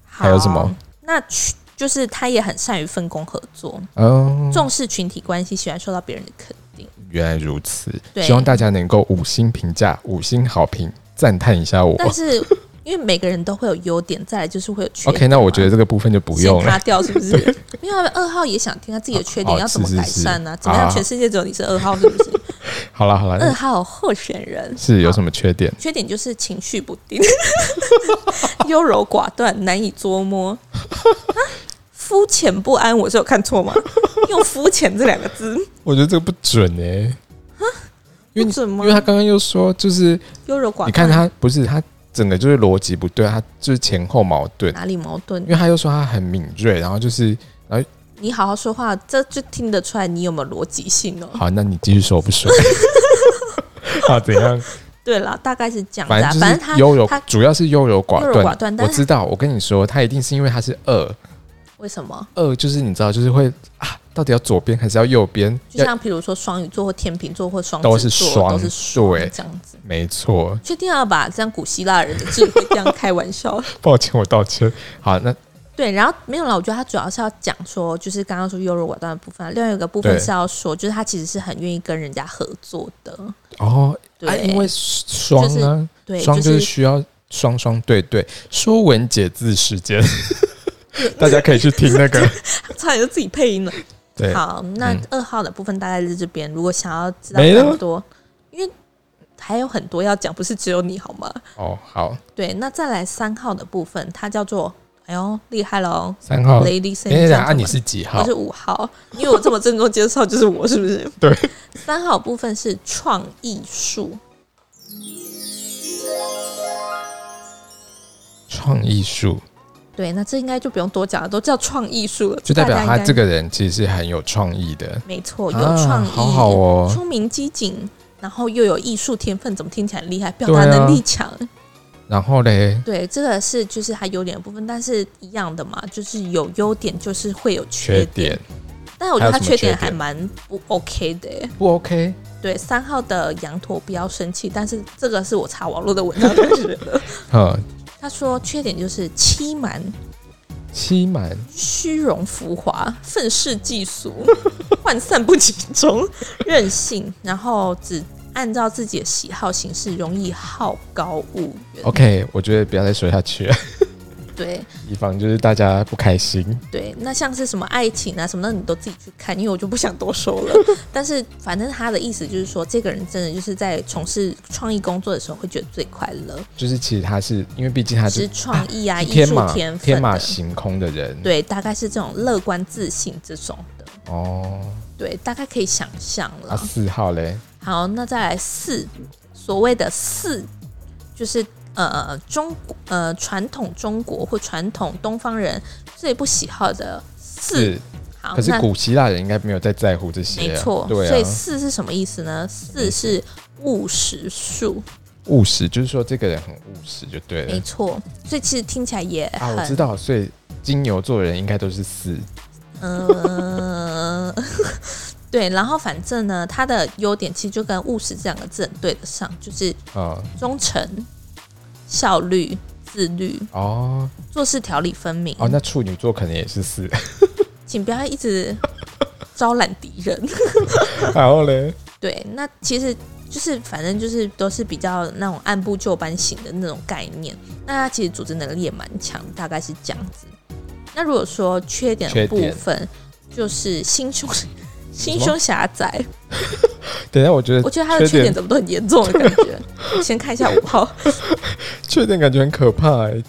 Speaker 2: 好
Speaker 1: 还有什么？
Speaker 2: 那群就是他也很善于分工合作，
Speaker 1: 嗯，
Speaker 2: 重视群体关系，喜欢受到别人的肯定。
Speaker 1: 原来如此，
Speaker 2: 对
Speaker 1: 希望大家能够五星评价、五星好评，赞叹一下我。
Speaker 2: 但是因为每个人都会有优点，再来就是会有缺点 嘛。啊
Speaker 1: OK，那我觉得这个部分就不用
Speaker 2: 先
Speaker 1: 了
Speaker 2: 卡。掉是不是？ 因为二号也想听他自己的缺点，
Speaker 1: 哦哦
Speaker 2: 要怎么
Speaker 1: 是是
Speaker 2: 改
Speaker 1: 是
Speaker 2: 善呢、怎么样？
Speaker 1: 啊嗯
Speaker 2: 全世界只有你是二号，是不是？
Speaker 1: 好了好了，
Speaker 2: 二
Speaker 1: 那
Speaker 2: 号候选人
Speaker 1: 是有什么缺点？
Speaker 2: 缺点就是情绪不定，优柔寡断，难以捉摸，啊肤浅不安。我是有看错吗？用“肤浅”这两个字
Speaker 1: 我觉得这个不准哎、因为
Speaker 2: 不
Speaker 1: 你
Speaker 2: 准吗
Speaker 1: 因为？他刚刚又说就是
Speaker 2: 优柔寡断，
Speaker 1: 你看他不是他整个就是逻辑不对，他就是前后矛盾。
Speaker 2: 哪里矛盾
Speaker 1: 因？为他又说他很敏锐，然后就是
Speaker 2: 你好好说话，这就听得出来你有没有逻辑性哦。
Speaker 1: 好，那你继续说我不 说？啊，怎样？
Speaker 2: 对啦，大概是这样子
Speaker 1: 反
Speaker 2: 啊。
Speaker 1: 正
Speaker 2: 反正
Speaker 1: 就是
Speaker 2: 他
Speaker 1: 优柔
Speaker 2: 他，
Speaker 1: 主要是优柔寡
Speaker 2: 优柔
Speaker 1: 断。
Speaker 2: 寡断但
Speaker 1: 我
Speaker 2: 是
Speaker 1: 知道，我跟你说，他一定是因为他是二
Speaker 2: 为什么？
Speaker 1: 二，就是你知道，就是会啊，到底要左边还是要右边？
Speaker 2: 就
Speaker 1: 要
Speaker 2: 像比如说双鱼座或天秤座或双
Speaker 1: 都
Speaker 2: 子
Speaker 1: 是
Speaker 2: 座都是
Speaker 1: 双对
Speaker 2: 这样子。
Speaker 1: 呃没错，
Speaker 2: 确定要把这样古希腊人的智慧这样开玩笑？
Speaker 1: 抱歉，我道歉。好，那
Speaker 2: 对，然后没有了。我觉得他主要是要讲说，就是刚刚说优柔寡断的部分啊，另外一个部分
Speaker 1: 对
Speaker 2: 是要说，就是他其实是很愿意跟人家合作的。
Speaker 1: 哦，
Speaker 2: 对，
Speaker 1: 啊，因为双呢，
Speaker 2: 对，
Speaker 1: 双
Speaker 2: 就
Speaker 1: 就是
Speaker 2: 是
Speaker 1: 需要双双对对。说文解字时间， 大家可以去听那 个。
Speaker 2: 差点就自己配音了。
Speaker 1: 对，
Speaker 2: 好，那
Speaker 1: 嗯
Speaker 2: 二号的部分大概是这边。如果想要知道
Speaker 1: 没了
Speaker 2: 更多，因为还有很多要讲，不是只有你好吗？
Speaker 1: 哦，好，
Speaker 2: 对，那再来三号的部分，它叫做哎呦厉害喽
Speaker 1: 三号。
Speaker 2: ，Lady s
Speaker 1: 等一
Speaker 2: and
Speaker 1: 下，啊，
Speaker 2: Gentlemen
Speaker 1: 你是几号
Speaker 2: 我是？五号，因为我这么郑重介绍就是我，是不 是？
Speaker 1: 对。
Speaker 2: 三号部分是创意术，
Speaker 1: 创意术，
Speaker 2: 对，那这应该就不用多讲了，都叫创意术了，
Speaker 1: 就代表
Speaker 2: 大家
Speaker 1: 他
Speaker 2: 应该
Speaker 1: 这个人其实是很有创意的，
Speaker 2: 没错，有
Speaker 1: 啊
Speaker 2: 创意，
Speaker 1: 好好哦。
Speaker 2: 聪明机警，然后又有艺术天分，怎么听起来很厉害？表
Speaker 1: 对啊
Speaker 2: 达能力强，
Speaker 1: 然后嘞，
Speaker 2: 对，这个是就是他优点的部分，但是一样的嘛，就是有优点就是会有
Speaker 1: 缺
Speaker 2: 缺
Speaker 1: 点
Speaker 2: 但我觉得他
Speaker 1: 还有什么
Speaker 2: 缺
Speaker 1: 缺点
Speaker 2: 点还蛮不 OK 的耶。
Speaker 1: 不 OK，
Speaker 2: 对，三号的羊驼不要生气，但是这个是我查网络的 文章才觉得。
Speaker 1: 嗯，
Speaker 2: 他说缺点就是欺瞒、
Speaker 1: 欺瞒，
Speaker 2: 虚荣、浮华、愤世嫉俗、 涣散不集中、任性，然后只按照自己的喜好行事，容易好高骛远。
Speaker 1: OK，我觉得不要再说下去了，
Speaker 2: 对
Speaker 1: 以防就是大家不开心。
Speaker 2: 对，那像是什么爱情啊什么的，你都自己去看，因为我就不想多说 了。但是反正他的意思就是说，这个人真的就是在从事创意工作的时候会觉得最快乐，
Speaker 1: 就是其实他是因为毕竟他
Speaker 2: 是
Speaker 1: 是
Speaker 2: 创意啊、
Speaker 1: 是
Speaker 2: 艺
Speaker 1: 天
Speaker 2: 术
Speaker 1: 马
Speaker 2: 天分
Speaker 1: 天马
Speaker 2: 的。
Speaker 1: 行空的人，
Speaker 2: 对，大概是这种乐观自信这种的，
Speaker 1: 哦。
Speaker 2: 对，大概可以想象了
Speaker 1: 啊，。四号嘞，
Speaker 2: 好，那再来四，所谓的四，就是呃中国呃传统中国或传统东方人最不喜好的四。
Speaker 1: 是，
Speaker 2: 好，
Speaker 1: 可是
Speaker 2: 那
Speaker 1: 古希腊人应该没有在在乎这些、啊，
Speaker 2: 没错，
Speaker 1: 对
Speaker 2: 所以
Speaker 1: 啊，
Speaker 2: 四是什么意思呢？四是务实数，
Speaker 1: 务实就是说这个人很务实就对
Speaker 2: 没
Speaker 1: 了
Speaker 2: 错。所以其实听起来也
Speaker 1: 啊，我知
Speaker 2: 很
Speaker 1: 道，所以金牛座的人应该都是四，
Speaker 2: 嗯。呃 对，然后反正呢，它的优点其实就跟务实这两个字很对得上，就是
Speaker 1: 嗯，
Speaker 2: 忠诚、效率、自律、
Speaker 1: 哦
Speaker 2: 做事条理分明。
Speaker 1: 哦，那处女座可能也是四，
Speaker 2: 请不要一直招揽敌人。
Speaker 1: 然后嘞，
Speaker 2: 对，那其实就是反正就是都是比较那种按部就班型的那种概念。那他其实组织能力也蛮强，大概是这样子。那如果说缺点的
Speaker 1: 缺
Speaker 2: 部
Speaker 1: 点
Speaker 2: 分，就是心胸 心
Speaker 1: 什
Speaker 2: 胸狭窄，
Speaker 1: 等一下我觉
Speaker 2: 我
Speaker 1: 得
Speaker 2: 觉得他的缺
Speaker 1: 呃缺
Speaker 2: 点
Speaker 1: 点
Speaker 2: 怎么都很严重的感 觉。先看一下五号，
Speaker 1: 缺点感觉很可怕、欸，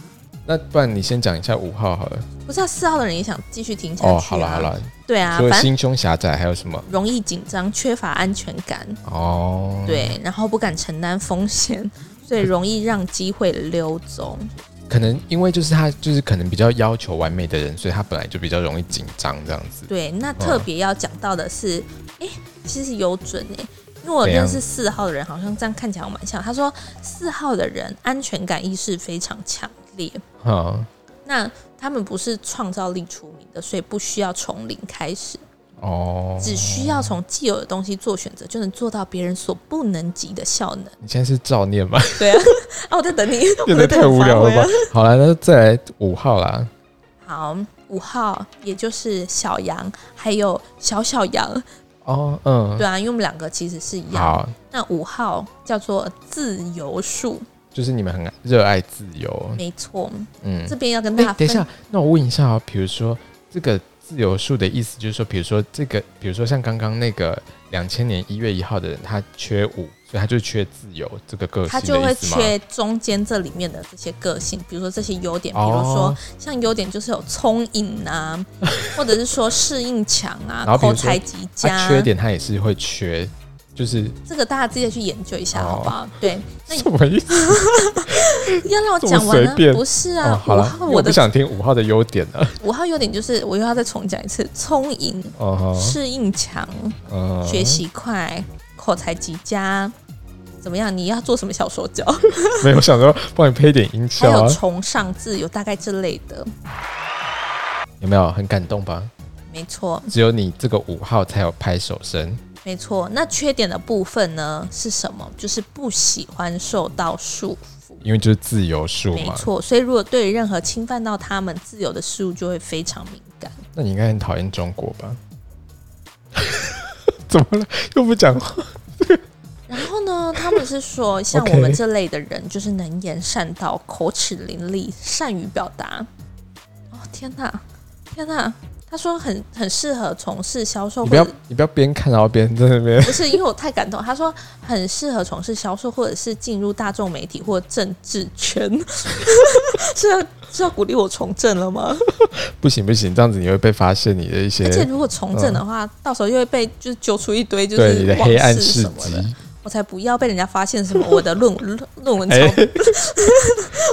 Speaker 1: 那不然你先讲一下五号好了，
Speaker 2: 不是啊四号的人也想继续听下去、啊。
Speaker 1: 哦，好了好，了，
Speaker 2: 对啊，
Speaker 1: 除了
Speaker 2: 反正
Speaker 1: 心胸狭窄还有什么？
Speaker 2: 容易紧张，缺乏安全感。
Speaker 1: 哦，，
Speaker 2: 对，然后不敢承担风险， 所以容易让机会溜走。
Speaker 1: 可能因为就是他就是可能比较要求完美的人，所以他本来就比较容易紧张这样子。
Speaker 2: 对，那特别要讲到的是，哎、其实有准哎、因为我
Speaker 1: 怎
Speaker 2: 认
Speaker 1: 样
Speaker 2: 识四号的人，好像这样看起来我蛮像。他说四号的人安全感意识非常强烈，
Speaker 1: 哈，
Speaker 2: 那他们不是创造力出名的，所以不需要从零开始，
Speaker 1: 哦，
Speaker 2: 只需要从既有的东西做选择，就能做到别人所不能及的效能。
Speaker 1: 你现在是照念吧？
Speaker 2: 对啊，啊，我在等你，
Speaker 1: 有
Speaker 2: 我
Speaker 1: 点
Speaker 2: 在
Speaker 1: 太
Speaker 2: 等
Speaker 1: 无
Speaker 2: 发
Speaker 1: 聊了
Speaker 2: 挥啊
Speaker 1: 吧？ 好了，那再来五号啦。
Speaker 2: 好，五号也就是小羊，还有小小羊，
Speaker 1: 哦，嗯，
Speaker 2: 对啊，因为我们两个其实是一样。
Speaker 1: 好，
Speaker 2: 那五号叫做自由树，
Speaker 1: 就是你们很热爱自由，
Speaker 2: 没错。
Speaker 1: 嗯
Speaker 2: 这。边要跟大
Speaker 1: 哎、
Speaker 2: 家
Speaker 1: 等
Speaker 2: 分
Speaker 1: 一下，那我问一下啊、比如说这个自由树的意思，就是说，比如说这个，比如说像刚刚那个两千年一月一号的人，他缺五，所以他就缺自由这个个
Speaker 2: 他
Speaker 1: 性
Speaker 2: 就
Speaker 1: 的
Speaker 2: 会
Speaker 1: 意思吗？
Speaker 2: 缺中间这里面的这些个性，比如说这些优点，比如说
Speaker 1: 哦
Speaker 2: 像优点就是有聪颖啊， 或者是说适应强啊
Speaker 1: 然后，比如
Speaker 2: 口
Speaker 1: 说
Speaker 2: 才极佳
Speaker 1: 他
Speaker 2: 啊。
Speaker 1: 缺点他也是会缺，就是
Speaker 2: 这个大家自己去研究一下，
Speaker 1: 哦
Speaker 2: 好不好？对，那
Speaker 1: 什么意思？
Speaker 2: 要让我
Speaker 1: 这么
Speaker 2: 讲完呢
Speaker 1: 随便？
Speaker 2: 不是
Speaker 1: 哦
Speaker 2: 啊，五、
Speaker 1: 好了，
Speaker 2: 号
Speaker 1: 因为
Speaker 2: 我
Speaker 1: 我不
Speaker 2: 的
Speaker 1: 想听五号的优点啊了。
Speaker 2: 五号优点就是我又要再重讲一次，聪颖、
Speaker 1: 哦，
Speaker 2: 适应强、
Speaker 1: 嗯
Speaker 2: 学习快、口才极佳，怎么样？你要做什么小说角？
Speaker 1: 没有想说帮你配一点音
Speaker 2: 还
Speaker 1: 效
Speaker 2: 有
Speaker 1: 啊，
Speaker 2: 崇尚自由，大概这类的。
Speaker 1: 有没有很感动吧？
Speaker 2: 没错，
Speaker 1: 只有你这个五号才有拍手声
Speaker 2: 没错。那缺点的部分呢是什么？就是不喜欢受到束缚。
Speaker 1: 因为就是自由树
Speaker 2: 没
Speaker 1: 嘛。
Speaker 2: 错，所以如果对于任何侵犯到他们自由的事物，就会非常敏感。
Speaker 1: 那你应该很讨厌中国吧？ 怎么了？又不讲话？
Speaker 2: 然后呢， 他们是说，像
Speaker 1: OK
Speaker 2: 我们这类的人，就是能言善道、口齿伶俐、善于表达。哦，天哪，天哪，他他说很很适合从事销售，
Speaker 1: 你不要
Speaker 2: 或者
Speaker 1: 你不要边看然后边在那边，
Speaker 2: 不是因为我太感动。他说很适合从事销售，或者是进入大众媒体或政治圈。 是要是要鼓励我从政了吗？
Speaker 1: 不行不行，这样子你会被发现你的一些
Speaker 2: 而且如果从政的话，到时候又会被就是揪出一堆就
Speaker 1: 嗯对你
Speaker 2: 是
Speaker 1: 的
Speaker 2: 往
Speaker 1: 黑暗
Speaker 2: 事
Speaker 1: 事
Speaker 2: 什么的。
Speaker 1: 迹。
Speaker 2: 我才不要被人家发现什么我的论论论文抄
Speaker 1: 哎，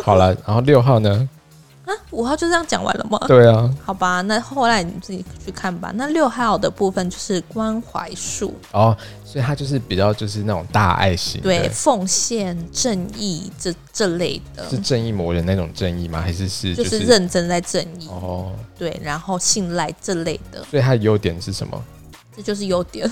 Speaker 1: 好了，然后六号呢？
Speaker 2: 啊，五号就这样讲完了吗？
Speaker 1: 对啊，
Speaker 2: 好吧，那后来你自己去看吧。那六号的部分就是关怀术，
Speaker 1: 哦，所以他就是比较就是那种大爱型的，
Speaker 2: 对，奉献、正义这这类的，
Speaker 1: 是正义魔人那种正义吗？还是是
Speaker 2: 就是是认真在正义，
Speaker 1: 哦？
Speaker 2: 对，然后信赖这类的，
Speaker 1: 所以他的优点是什么？
Speaker 2: 这就是优点。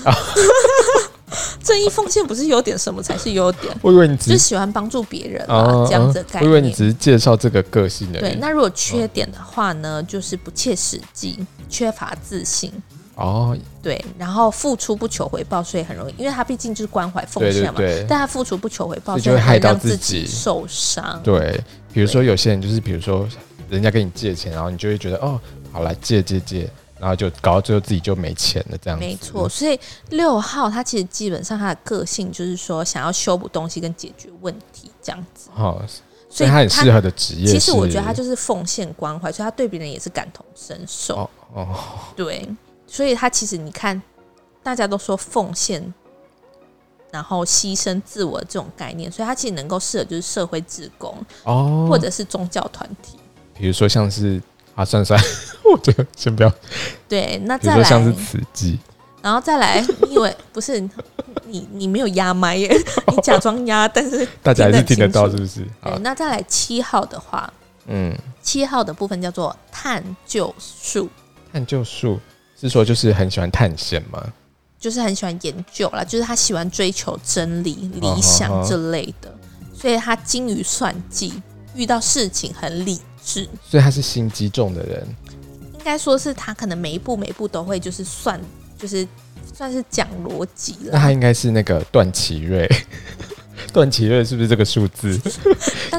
Speaker 2: 正义奉献不是优点，什么才是优点？
Speaker 1: 我以为你
Speaker 2: 就
Speaker 1: 只是
Speaker 2: 是喜欢帮助别人啊，
Speaker 1: 哦
Speaker 2: 这样子的概
Speaker 1: 我以
Speaker 2: 念。
Speaker 1: 为你只是介绍这个个性的
Speaker 2: 对，
Speaker 1: 人。
Speaker 2: 那如果缺点的话呢，就是不切实际，缺乏自信，
Speaker 1: 哦，
Speaker 2: 对，然后付出不求回报，所以很容易，因为他毕竟就是关怀奉
Speaker 1: 对
Speaker 2: 献
Speaker 1: 对
Speaker 2: 嘛，
Speaker 1: 对
Speaker 2: 但他付出不求回报，
Speaker 1: 所以
Speaker 2: 所以
Speaker 1: 就会害到
Speaker 2: 让自
Speaker 1: 自己
Speaker 2: 受伤。
Speaker 1: 对，比如说
Speaker 2: 对
Speaker 1: 有些人就是，比如说人家跟你借钱，然后你就会觉得哦，好来借借借，然后就搞到最后自己就没钱了，这样子
Speaker 2: 没错，，所以六号他其实基本上他的个性就是说想要修补东西跟解决问题这样子，
Speaker 1: 哦，所
Speaker 2: 所
Speaker 1: 以
Speaker 2: 以
Speaker 1: 他很适合的职业是。
Speaker 2: 其实我觉得他就是奉献关怀，所以他对别人也是感同身受。
Speaker 1: 哦哦，
Speaker 2: 对，所以他其实你看，大家都说奉献，然后牺牲自我这种概念，所以他其实能够适合就是社会职工、
Speaker 1: 哦，
Speaker 2: 或者是宗教团体。
Speaker 1: 比如说像是啊，算了算了， 我觉得先不要，
Speaker 2: 对，那
Speaker 1: 比如
Speaker 2: 再
Speaker 1: 说像是
Speaker 2: 来，
Speaker 1: 慈济，
Speaker 2: 然后再来， 你以为不是你你没有压 麦耶，你假装压，但是
Speaker 1: 大家还是听得到，
Speaker 2: 听
Speaker 1: 是
Speaker 2: 得
Speaker 1: 不是？
Speaker 2: 对
Speaker 1: 好，，
Speaker 2: 那再来七号的话，
Speaker 1: 嗯，
Speaker 2: 七号的部分叫做探究术，
Speaker 1: 探究术是说就是很喜欢探险嘛，
Speaker 2: 就是很喜欢研究啦，就是他喜欢追求真理、
Speaker 1: 哦
Speaker 2: 理想
Speaker 1: 哦哦
Speaker 2: 这类的，所以他精于算计，遇到事情很理智。
Speaker 1: 所以他是心机重的人，
Speaker 2: 应该说是他可能每一步每一步都会就是算，就是算是讲逻辑
Speaker 1: 那他
Speaker 2: 了。
Speaker 1: 应该是那个段祺瑞。 段祺瑞是不是这个数字？
Speaker 2: 大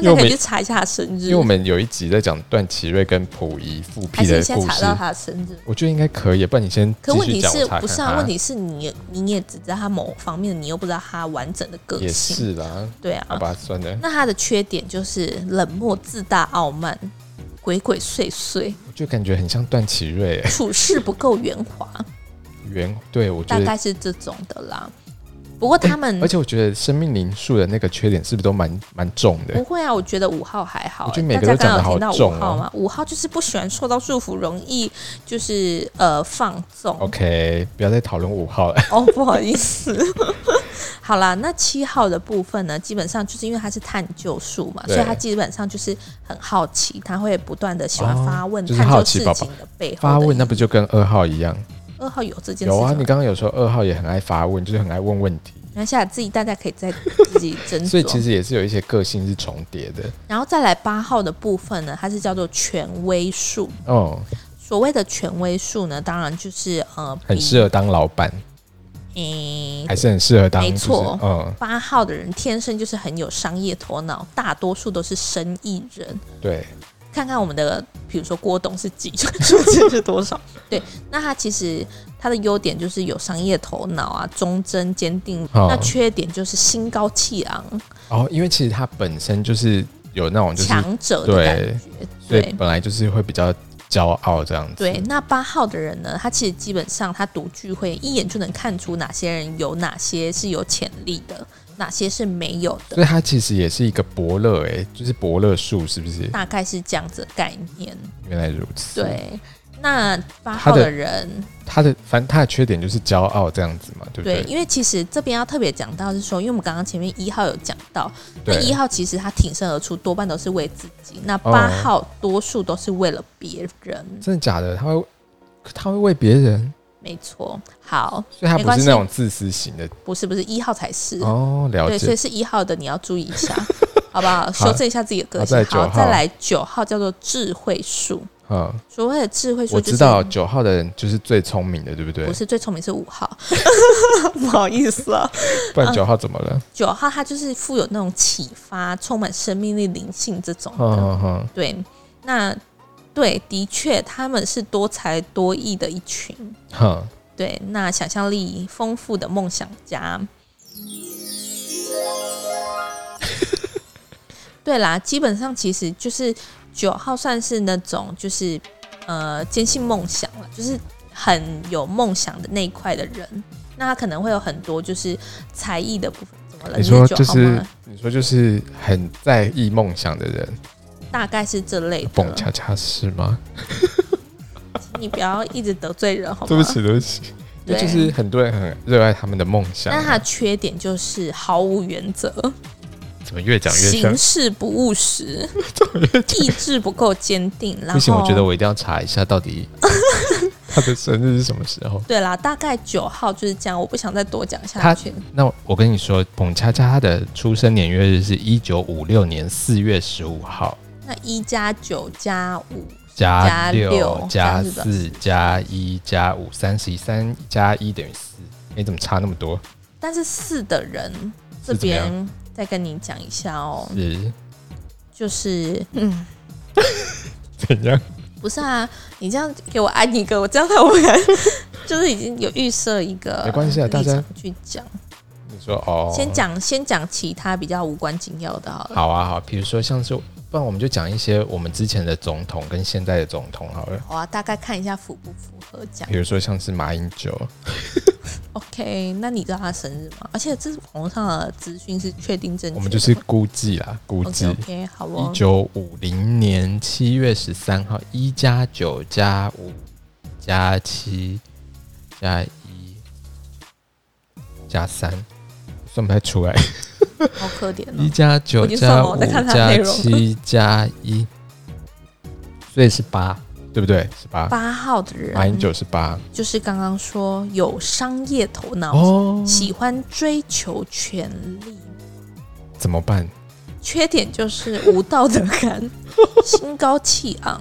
Speaker 1: 因为
Speaker 2: 家
Speaker 1: 我
Speaker 2: 可
Speaker 1: 们
Speaker 2: 以去查一下他生
Speaker 1: 因为
Speaker 2: 日
Speaker 1: 我，们有一集在讲段祺瑞跟溥仪复
Speaker 2: 还
Speaker 1: 辟
Speaker 2: 是
Speaker 1: 的
Speaker 2: 你先
Speaker 1: 故
Speaker 2: 查
Speaker 1: 事，
Speaker 2: 到他的生日？
Speaker 1: 我觉得应该可以。不然你先
Speaker 2: 可
Speaker 1: 继
Speaker 2: 问
Speaker 1: 续
Speaker 2: 题
Speaker 1: 讲，
Speaker 2: 是
Speaker 1: 我查
Speaker 2: 不是
Speaker 1: 看
Speaker 2: 啊？
Speaker 1: 他
Speaker 2: 问题是你你也只知道他某方面，你又不知道他完整的个
Speaker 1: 也
Speaker 2: 性。
Speaker 1: 是啦，
Speaker 2: 对
Speaker 1: 好
Speaker 2: 啊，
Speaker 1: 吧，算了。
Speaker 2: 那他的缺点就是冷漠、自大、傲慢、鬼鬼祟祟。
Speaker 1: 我就感觉很像段祺瑞欸
Speaker 2: 处事不够圆 滑，
Speaker 1: 圆，对我觉
Speaker 2: 大
Speaker 1: 得
Speaker 2: 概嗯是这种的啦。不过他们
Speaker 1: 而且我觉得生命灵数的那个缺点是不是都蛮蛮重
Speaker 2: 不
Speaker 1: 的？
Speaker 2: 会啊，我觉得五号还好、
Speaker 1: 我觉
Speaker 2: 欸
Speaker 1: 得每
Speaker 2: 大
Speaker 1: 个
Speaker 2: 家
Speaker 1: 都
Speaker 2: 刚
Speaker 1: 长
Speaker 2: 刚
Speaker 1: 得
Speaker 2: 有听到
Speaker 1: 好重
Speaker 2: 五号
Speaker 1: 哦
Speaker 2: 吗？五号就是不喜欢受到束缚，容易就是呃放纵。
Speaker 1: OK，不要再讨论五号了。
Speaker 2: 哦，不好意思。 好啦，那七号的部分呢，基本上就是因为他是探究术嘛，
Speaker 1: 对
Speaker 2: 所以他基本上就是很好奇，他会不断的喜欢
Speaker 1: 哦
Speaker 2: 发问，
Speaker 1: 就是
Speaker 2: 探
Speaker 1: 好
Speaker 2: 究
Speaker 1: 奇
Speaker 2: 事
Speaker 1: 宝宝
Speaker 2: 情的背后
Speaker 1: 发
Speaker 2: 的
Speaker 1: 问
Speaker 2: 意
Speaker 1: 那不就跟二号一样？
Speaker 2: 二号有这件事
Speaker 1: 有
Speaker 2: 情
Speaker 1: 啊，
Speaker 2: 吗，
Speaker 1: 你刚刚有说二号也很爱发问，就是很爱问问题，
Speaker 2: 那下自己大家可以再自己斟 酌。
Speaker 1: 所以其实也是有一些个性是重叠的。
Speaker 2: 然后再来八号的部分呢，它是叫做权威术。
Speaker 1: 哦，
Speaker 2: 所谓的权威术呢，当然就是呃，
Speaker 1: 很适合当老板，
Speaker 2: 诶
Speaker 1: 还是很适合当，
Speaker 2: 没
Speaker 1: 就是
Speaker 2: 错
Speaker 1: 嗯，
Speaker 2: 八号的人天生就是很有商业头脑，大多数都是生意人。
Speaker 1: 对，
Speaker 2: 看看我们的，比如说郭董是几，数字是多少？对，那他其实他的优点就是有商业头脑啊，忠贞坚定。
Speaker 1: 哦
Speaker 2: 那缺点就是心高气昂，
Speaker 1: 哦，因为其实他本身就是有那种就是，
Speaker 2: 强者的感觉。
Speaker 1: 所以
Speaker 2: 对
Speaker 1: 本来就是会比较骄傲这样子。
Speaker 2: 对，那八号的人呢，他其实基本上他独聚会一眼就能看出哪些人有哪些是有潜力的，哪些是没有的，
Speaker 1: 所以他其实也是一个伯乐，哎，就是伯乐树，是不是？
Speaker 2: 大概是这样子的概念。
Speaker 1: 原来如此。，
Speaker 2: 对，那八
Speaker 1: 他
Speaker 2: 号
Speaker 1: 的
Speaker 2: 的人，
Speaker 1: 他的反正他的缺点就是骄傲这样子嘛，对不
Speaker 2: 对，
Speaker 1: 对？
Speaker 2: 因为其实这边要特别讲到是说，因为我们刚刚前面一号有讲到，那
Speaker 1: 对
Speaker 2: 一号其实他挺身而出，多半都是为自己；那
Speaker 1: 哦
Speaker 2: 八号多数都是为了别人，
Speaker 1: 真的假的？他会他会为别人，
Speaker 2: 没错。好，
Speaker 1: 所以他
Speaker 2: 没
Speaker 1: 不
Speaker 2: 关
Speaker 1: 是
Speaker 2: 系
Speaker 1: 那种自私型的
Speaker 2: 不是不是一号才是，
Speaker 1: 哦。了
Speaker 2: 对，所
Speaker 1: 解
Speaker 2: 以是一号的，你要注意一 下，好不好？修正一下自己的个
Speaker 1: 好
Speaker 2: 性。
Speaker 1: 再来
Speaker 2: 好，
Speaker 1: 9号
Speaker 2: 再来九号叫做智慧树。
Speaker 1: 嗯，
Speaker 2: 所谓的智慧树，
Speaker 1: 我
Speaker 2: 就是
Speaker 1: 知道九号的人就是最聪明的，对不对
Speaker 2: 不？是最聪明是五号， 不好意思啊。
Speaker 1: 不然九号怎么 了？
Speaker 2: 九号它就是富有那种启发、充满生命力、灵性这种的。
Speaker 1: 嗯嗯嗯，
Speaker 2: 对，那对，的确他们是多才多艺的一群。
Speaker 1: 哼，
Speaker 2: 对，那想象力丰富的梦想家。 对啦，基本上其实就是九号算是那种就是呃坚信梦想了，就是很有梦想的那一块的人。那他可能会有很多就是才艺的部分，怎么了？
Speaker 1: 你
Speaker 2: 是
Speaker 1: 说
Speaker 2: 九
Speaker 1: 就
Speaker 2: 号
Speaker 1: 是
Speaker 2: 吗？
Speaker 1: 你说就是很在意梦想的人，
Speaker 2: 大概是这类
Speaker 1: 蹦
Speaker 2: 的。
Speaker 1: 恰恰是吗？
Speaker 2: 你不要一直得罪人，好吗？
Speaker 1: 对不起，对不起，
Speaker 2: 对
Speaker 1: 就是很多人很热爱他们的梦想
Speaker 2: 但
Speaker 1: 啊，
Speaker 2: 他的缺点就是毫无原则，
Speaker 1: 怎么越讲越像
Speaker 2: 行？事不务实，意志不够坚定。然后
Speaker 1: 不行，我觉得我一定要查一下到 底他的生日是什么时候。
Speaker 2: 对啦，大概九号就是这样，我不想再多讲下
Speaker 1: 他
Speaker 2: 去。
Speaker 1: 那我跟你说，彭恰恰他的出生年月日是一九五六年四月十五号，
Speaker 2: 那一加九加五，
Speaker 1: 加
Speaker 2: 加
Speaker 1: 六
Speaker 2: 六
Speaker 1: 加
Speaker 2: 这样子吧
Speaker 1: 四加一加五三十一，三加一等于四。你怎么差那么多？
Speaker 2: 但是四的人这
Speaker 1: 是怎么样
Speaker 2: 边再跟你讲一下哦，
Speaker 1: 是
Speaker 2: 就是嗯，
Speaker 1: 怎样？
Speaker 2: 不是啊，你这样给我安一个，我这样才我 敢，就是已经有预设一个，
Speaker 1: 没关系啊大家
Speaker 2: 去讲，
Speaker 1: 你说哦，
Speaker 2: 先讲先讲其他比较无关紧要的好了。
Speaker 1: 好啊，好，比如说像是，不然我们就讲一些我们之前的总统跟现在的总统好了。
Speaker 2: 好啊，大概看一下符不符合讲
Speaker 1: 比。如说像是马英九，
Speaker 2: OK，那你知道他生日吗？而且这是网络上的资讯是确定正确的吗，
Speaker 1: 我们就是估计啦，估计
Speaker 2: OK OK 好哦
Speaker 1: 一。九五零年七月十三号，一加九加五加七加一加三，算不太出来。
Speaker 2: 好可怜
Speaker 1: 一
Speaker 2: 哦。
Speaker 1: 加九
Speaker 2: 我已经算
Speaker 1: 加
Speaker 2: 了
Speaker 1: 五
Speaker 2: 我在看它的内
Speaker 1: 加
Speaker 2: 容
Speaker 1: 七加一，所以是八，对不对？是八。
Speaker 2: 八号的
Speaker 1: 马英
Speaker 2: 人啊
Speaker 1: 九是八
Speaker 2: 就是刚刚说有商业头脑，
Speaker 1: 哦，
Speaker 2: 喜欢追求权力，
Speaker 1: 怎么办？
Speaker 2: 缺点就是无道德 感，心高气昂。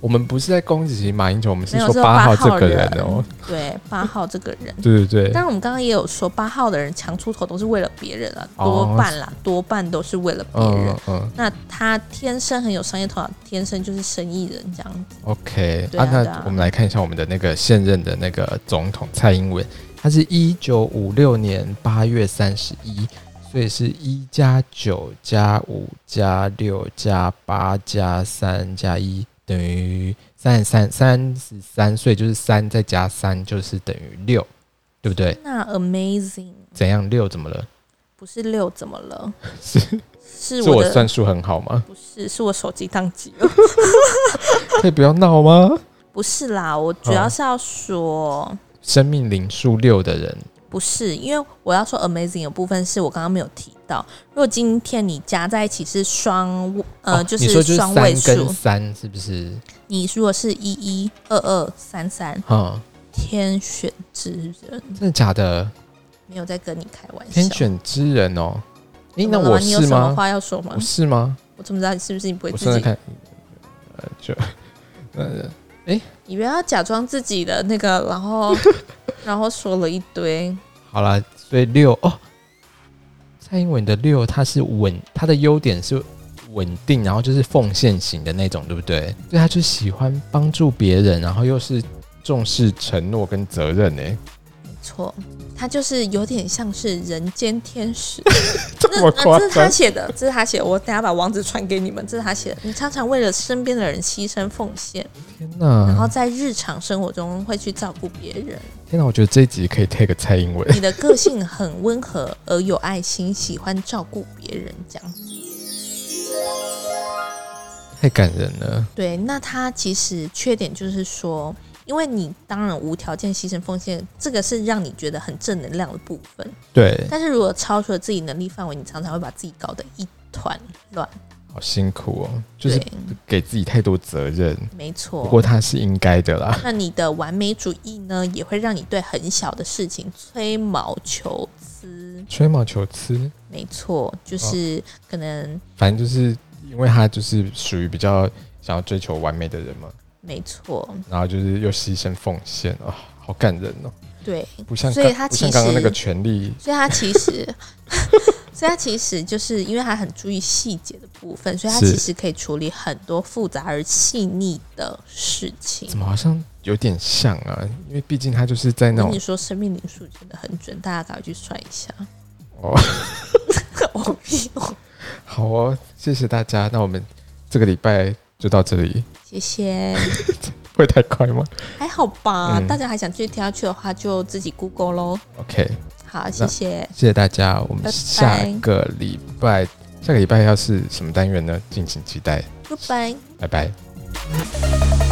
Speaker 1: 我们不是在攻击马英九，我们是
Speaker 2: 没有
Speaker 1: 说
Speaker 2: 是
Speaker 1: 八
Speaker 2: 八
Speaker 1: 号这
Speaker 2: 号
Speaker 1: 个人
Speaker 2: 人
Speaker 1: 哦。
Speaker 2: 对，八号这个人。
Speaker 1: 对对对，
Speaker 2: 当然，我们刚刚也有说，八号的人强出头都是为了别人啊，
Speaker 1: 哦
Speaker 2: 多半啦，多半都是为了别人
Speaker 1: 嗯。嗯
Speaker 2: 那他天生很有商业头脑，天生就是生意人这样子。
Speaker 1: ，OK
Speaker 2: 对啊对
Speaker 1: 那
Speaker 2: 啊
Speaker 1: 我们来看一下我们的那个现任的那个总统蔡英文，他是一九五六年八月三十一，所以是一加九加五加六加八加三加一等于三十三，三十三岁就是三再加三就是等于六，对不对？
Speaker 2: 那 amazing
Speaker 1: 怎样六怎么了？
Speaker 2: 不是六怎么了？
Speaker 1: 是
Speaker 2: 是
Speaker 1: 是我
Speaker 2: 的
Speaker 1: 算术很好吗？
Speaker 2: 不是，是我手机宕机了。
Speaker 1: 可以不要闹吗？
Speaker 2: 不是啦，我主要是要说，
Speaker 1: 生命零数六的人，
Speaker 2: 不是，因为我要说 amazing 有部分是我刚刚没有提到。如果今天你加在一起是双位，呃，
Speaker 1: 哦
Speaker 2: 就
Speaker 1: 你说
Speaker 2: 是
Speaker 1: 就是
Speaker 2: 双位
Speaker 1: 三跟
Speaker 2: 数，
Speaker 1: 三是不是？
Speaker 2: 你如果是一一二二三三，
Speaker 1: 嗯，
Speaker 2: 天选之人，
Speaker 1: 真的假的？
Speaker 2: 啊没有在跟你开玩笑
Speaker 1: 天。选之人哦，诶，
Speaker 2: 怎
Speaker 1: 那
Speaker 2: 么了
Speaker 1: 我
Speaker 2: 你有
Speaker 1: 是
Speaker 2: 什么
Speaker 1: 吗？
Speaker 2: 话要说吗
Speaker 1: 我？是吗？
Speaker 2: 我怎么知道你是不是你不会
Speaker 1: 我
Speaker 2: 自
Speaker 1: 现在
Speaker 2: 己？
Speaker 1: 看，呃，就 呃，
Speaker 2: 你不要假装自己的那个，然后然后说了一堆。
Speaker 1: 好啦，所以六哦，蔡英文的六，它是稳，它的优点是稳定，然后就是奉献型的那种，对不对？所以他就喜欢帮助别人，然后又是重视承诺跟责任诶。
Speaker 2: 没错，他就是有点像是人间天 使。
Speaker 1: 这么
Speaker 2: 那
Speaker 1: 夸
Speaker 2: 这是他
Speaker 1: 张
Speaker 2: 写的，这是他写的。我等下把网址传给你们，这是他写的。你常常为了身边的人牺牲奉献，
Speaker 1: 天哪！
Speaker 2: 然后在日常生活中会去照顾别人。
Speaker 1: 天哪，我觉得这一集可以 take 蔡英 文。
Speaker 2: 你的个性很温和而有爱心，喜欢照顾别人，这样子。
Speaker 1: 太感人了。
Speaker 2: 对，那他其实缺点就是说。因为你当然无条件牺牲奉献，这个是让你觉得很正能量的部分。
Speaker 1: 对，
Speaker 2: 但是如果超出了自己能力范围，你常常会把自己搞得一团乱。
Speaker 1: 好辛苦哦，就是
Speaker 2: 对，
Speaker 1: 给自己太多责任。
Speaker 2: 没
Speaker 1: 不过
Speaker 2: 错。
Speaker 1: 他是应该的啦。
Speaker 2: 那你的完美主义呢，也会让你对很小的事情吹毛求疵。
Speaker 1: 吹毛求疵，
Speaker 2: 没错，
Speaker 1: 哦
Speaker 2: 就是可能
Speaker 1: 反正就是因为他就是属于比较想要追求完美的人嘛，
Speaker 2: 没错，
Speaker 1: 然后就是又牺牲奉献啊、好感人哦。
Speaker 2: 对，
Speaker 1: 不像
Speaker 2: 所以他
Speaker 1: 不
Speaker 2: 其
Speaker 1: 像
Speaker 2: 实
Speaker 1: 刚刚那个权利，
Speaker 2: 所以他其实，所以他其实就是因为他很注意细节的部分，所以他
Speaker 1: 是
Speaker 2: 其实可以处理很多复杂而细腻的事情
Speaker 1: 怎。么好像有点像啊？因为毕竟他就是在那
Speaker 2: 跟
Speaker 1: 种
Speaker 2: 你说，生命灵数真的很准，大家赶快去算一下。
Speaker 1: 哦，
Speaker 2: 我屁 哦，
Speaker 1: 好哦，谢谢大家，那我们这个礼拜就到这里，
Speaker 2: 谢谢，
Speaker 1: 会太快吗
Speaker 2: 还好吧？
Speaker 1: 嗯
Speaker 2: 大家还想继续听下去的话，就自己 Google 喽。
Speaker 1: ？OK，
Speaker 2: 好，谢谢。
Speaker 1: 谢谢大家，我们
Speaker 2: 拜拜
Speaker 1: 下个礼拜下个礼拜要是什么单元呢？敬请期待，
Speaker 2: Goodbye。
Speaker 1: 拜拜。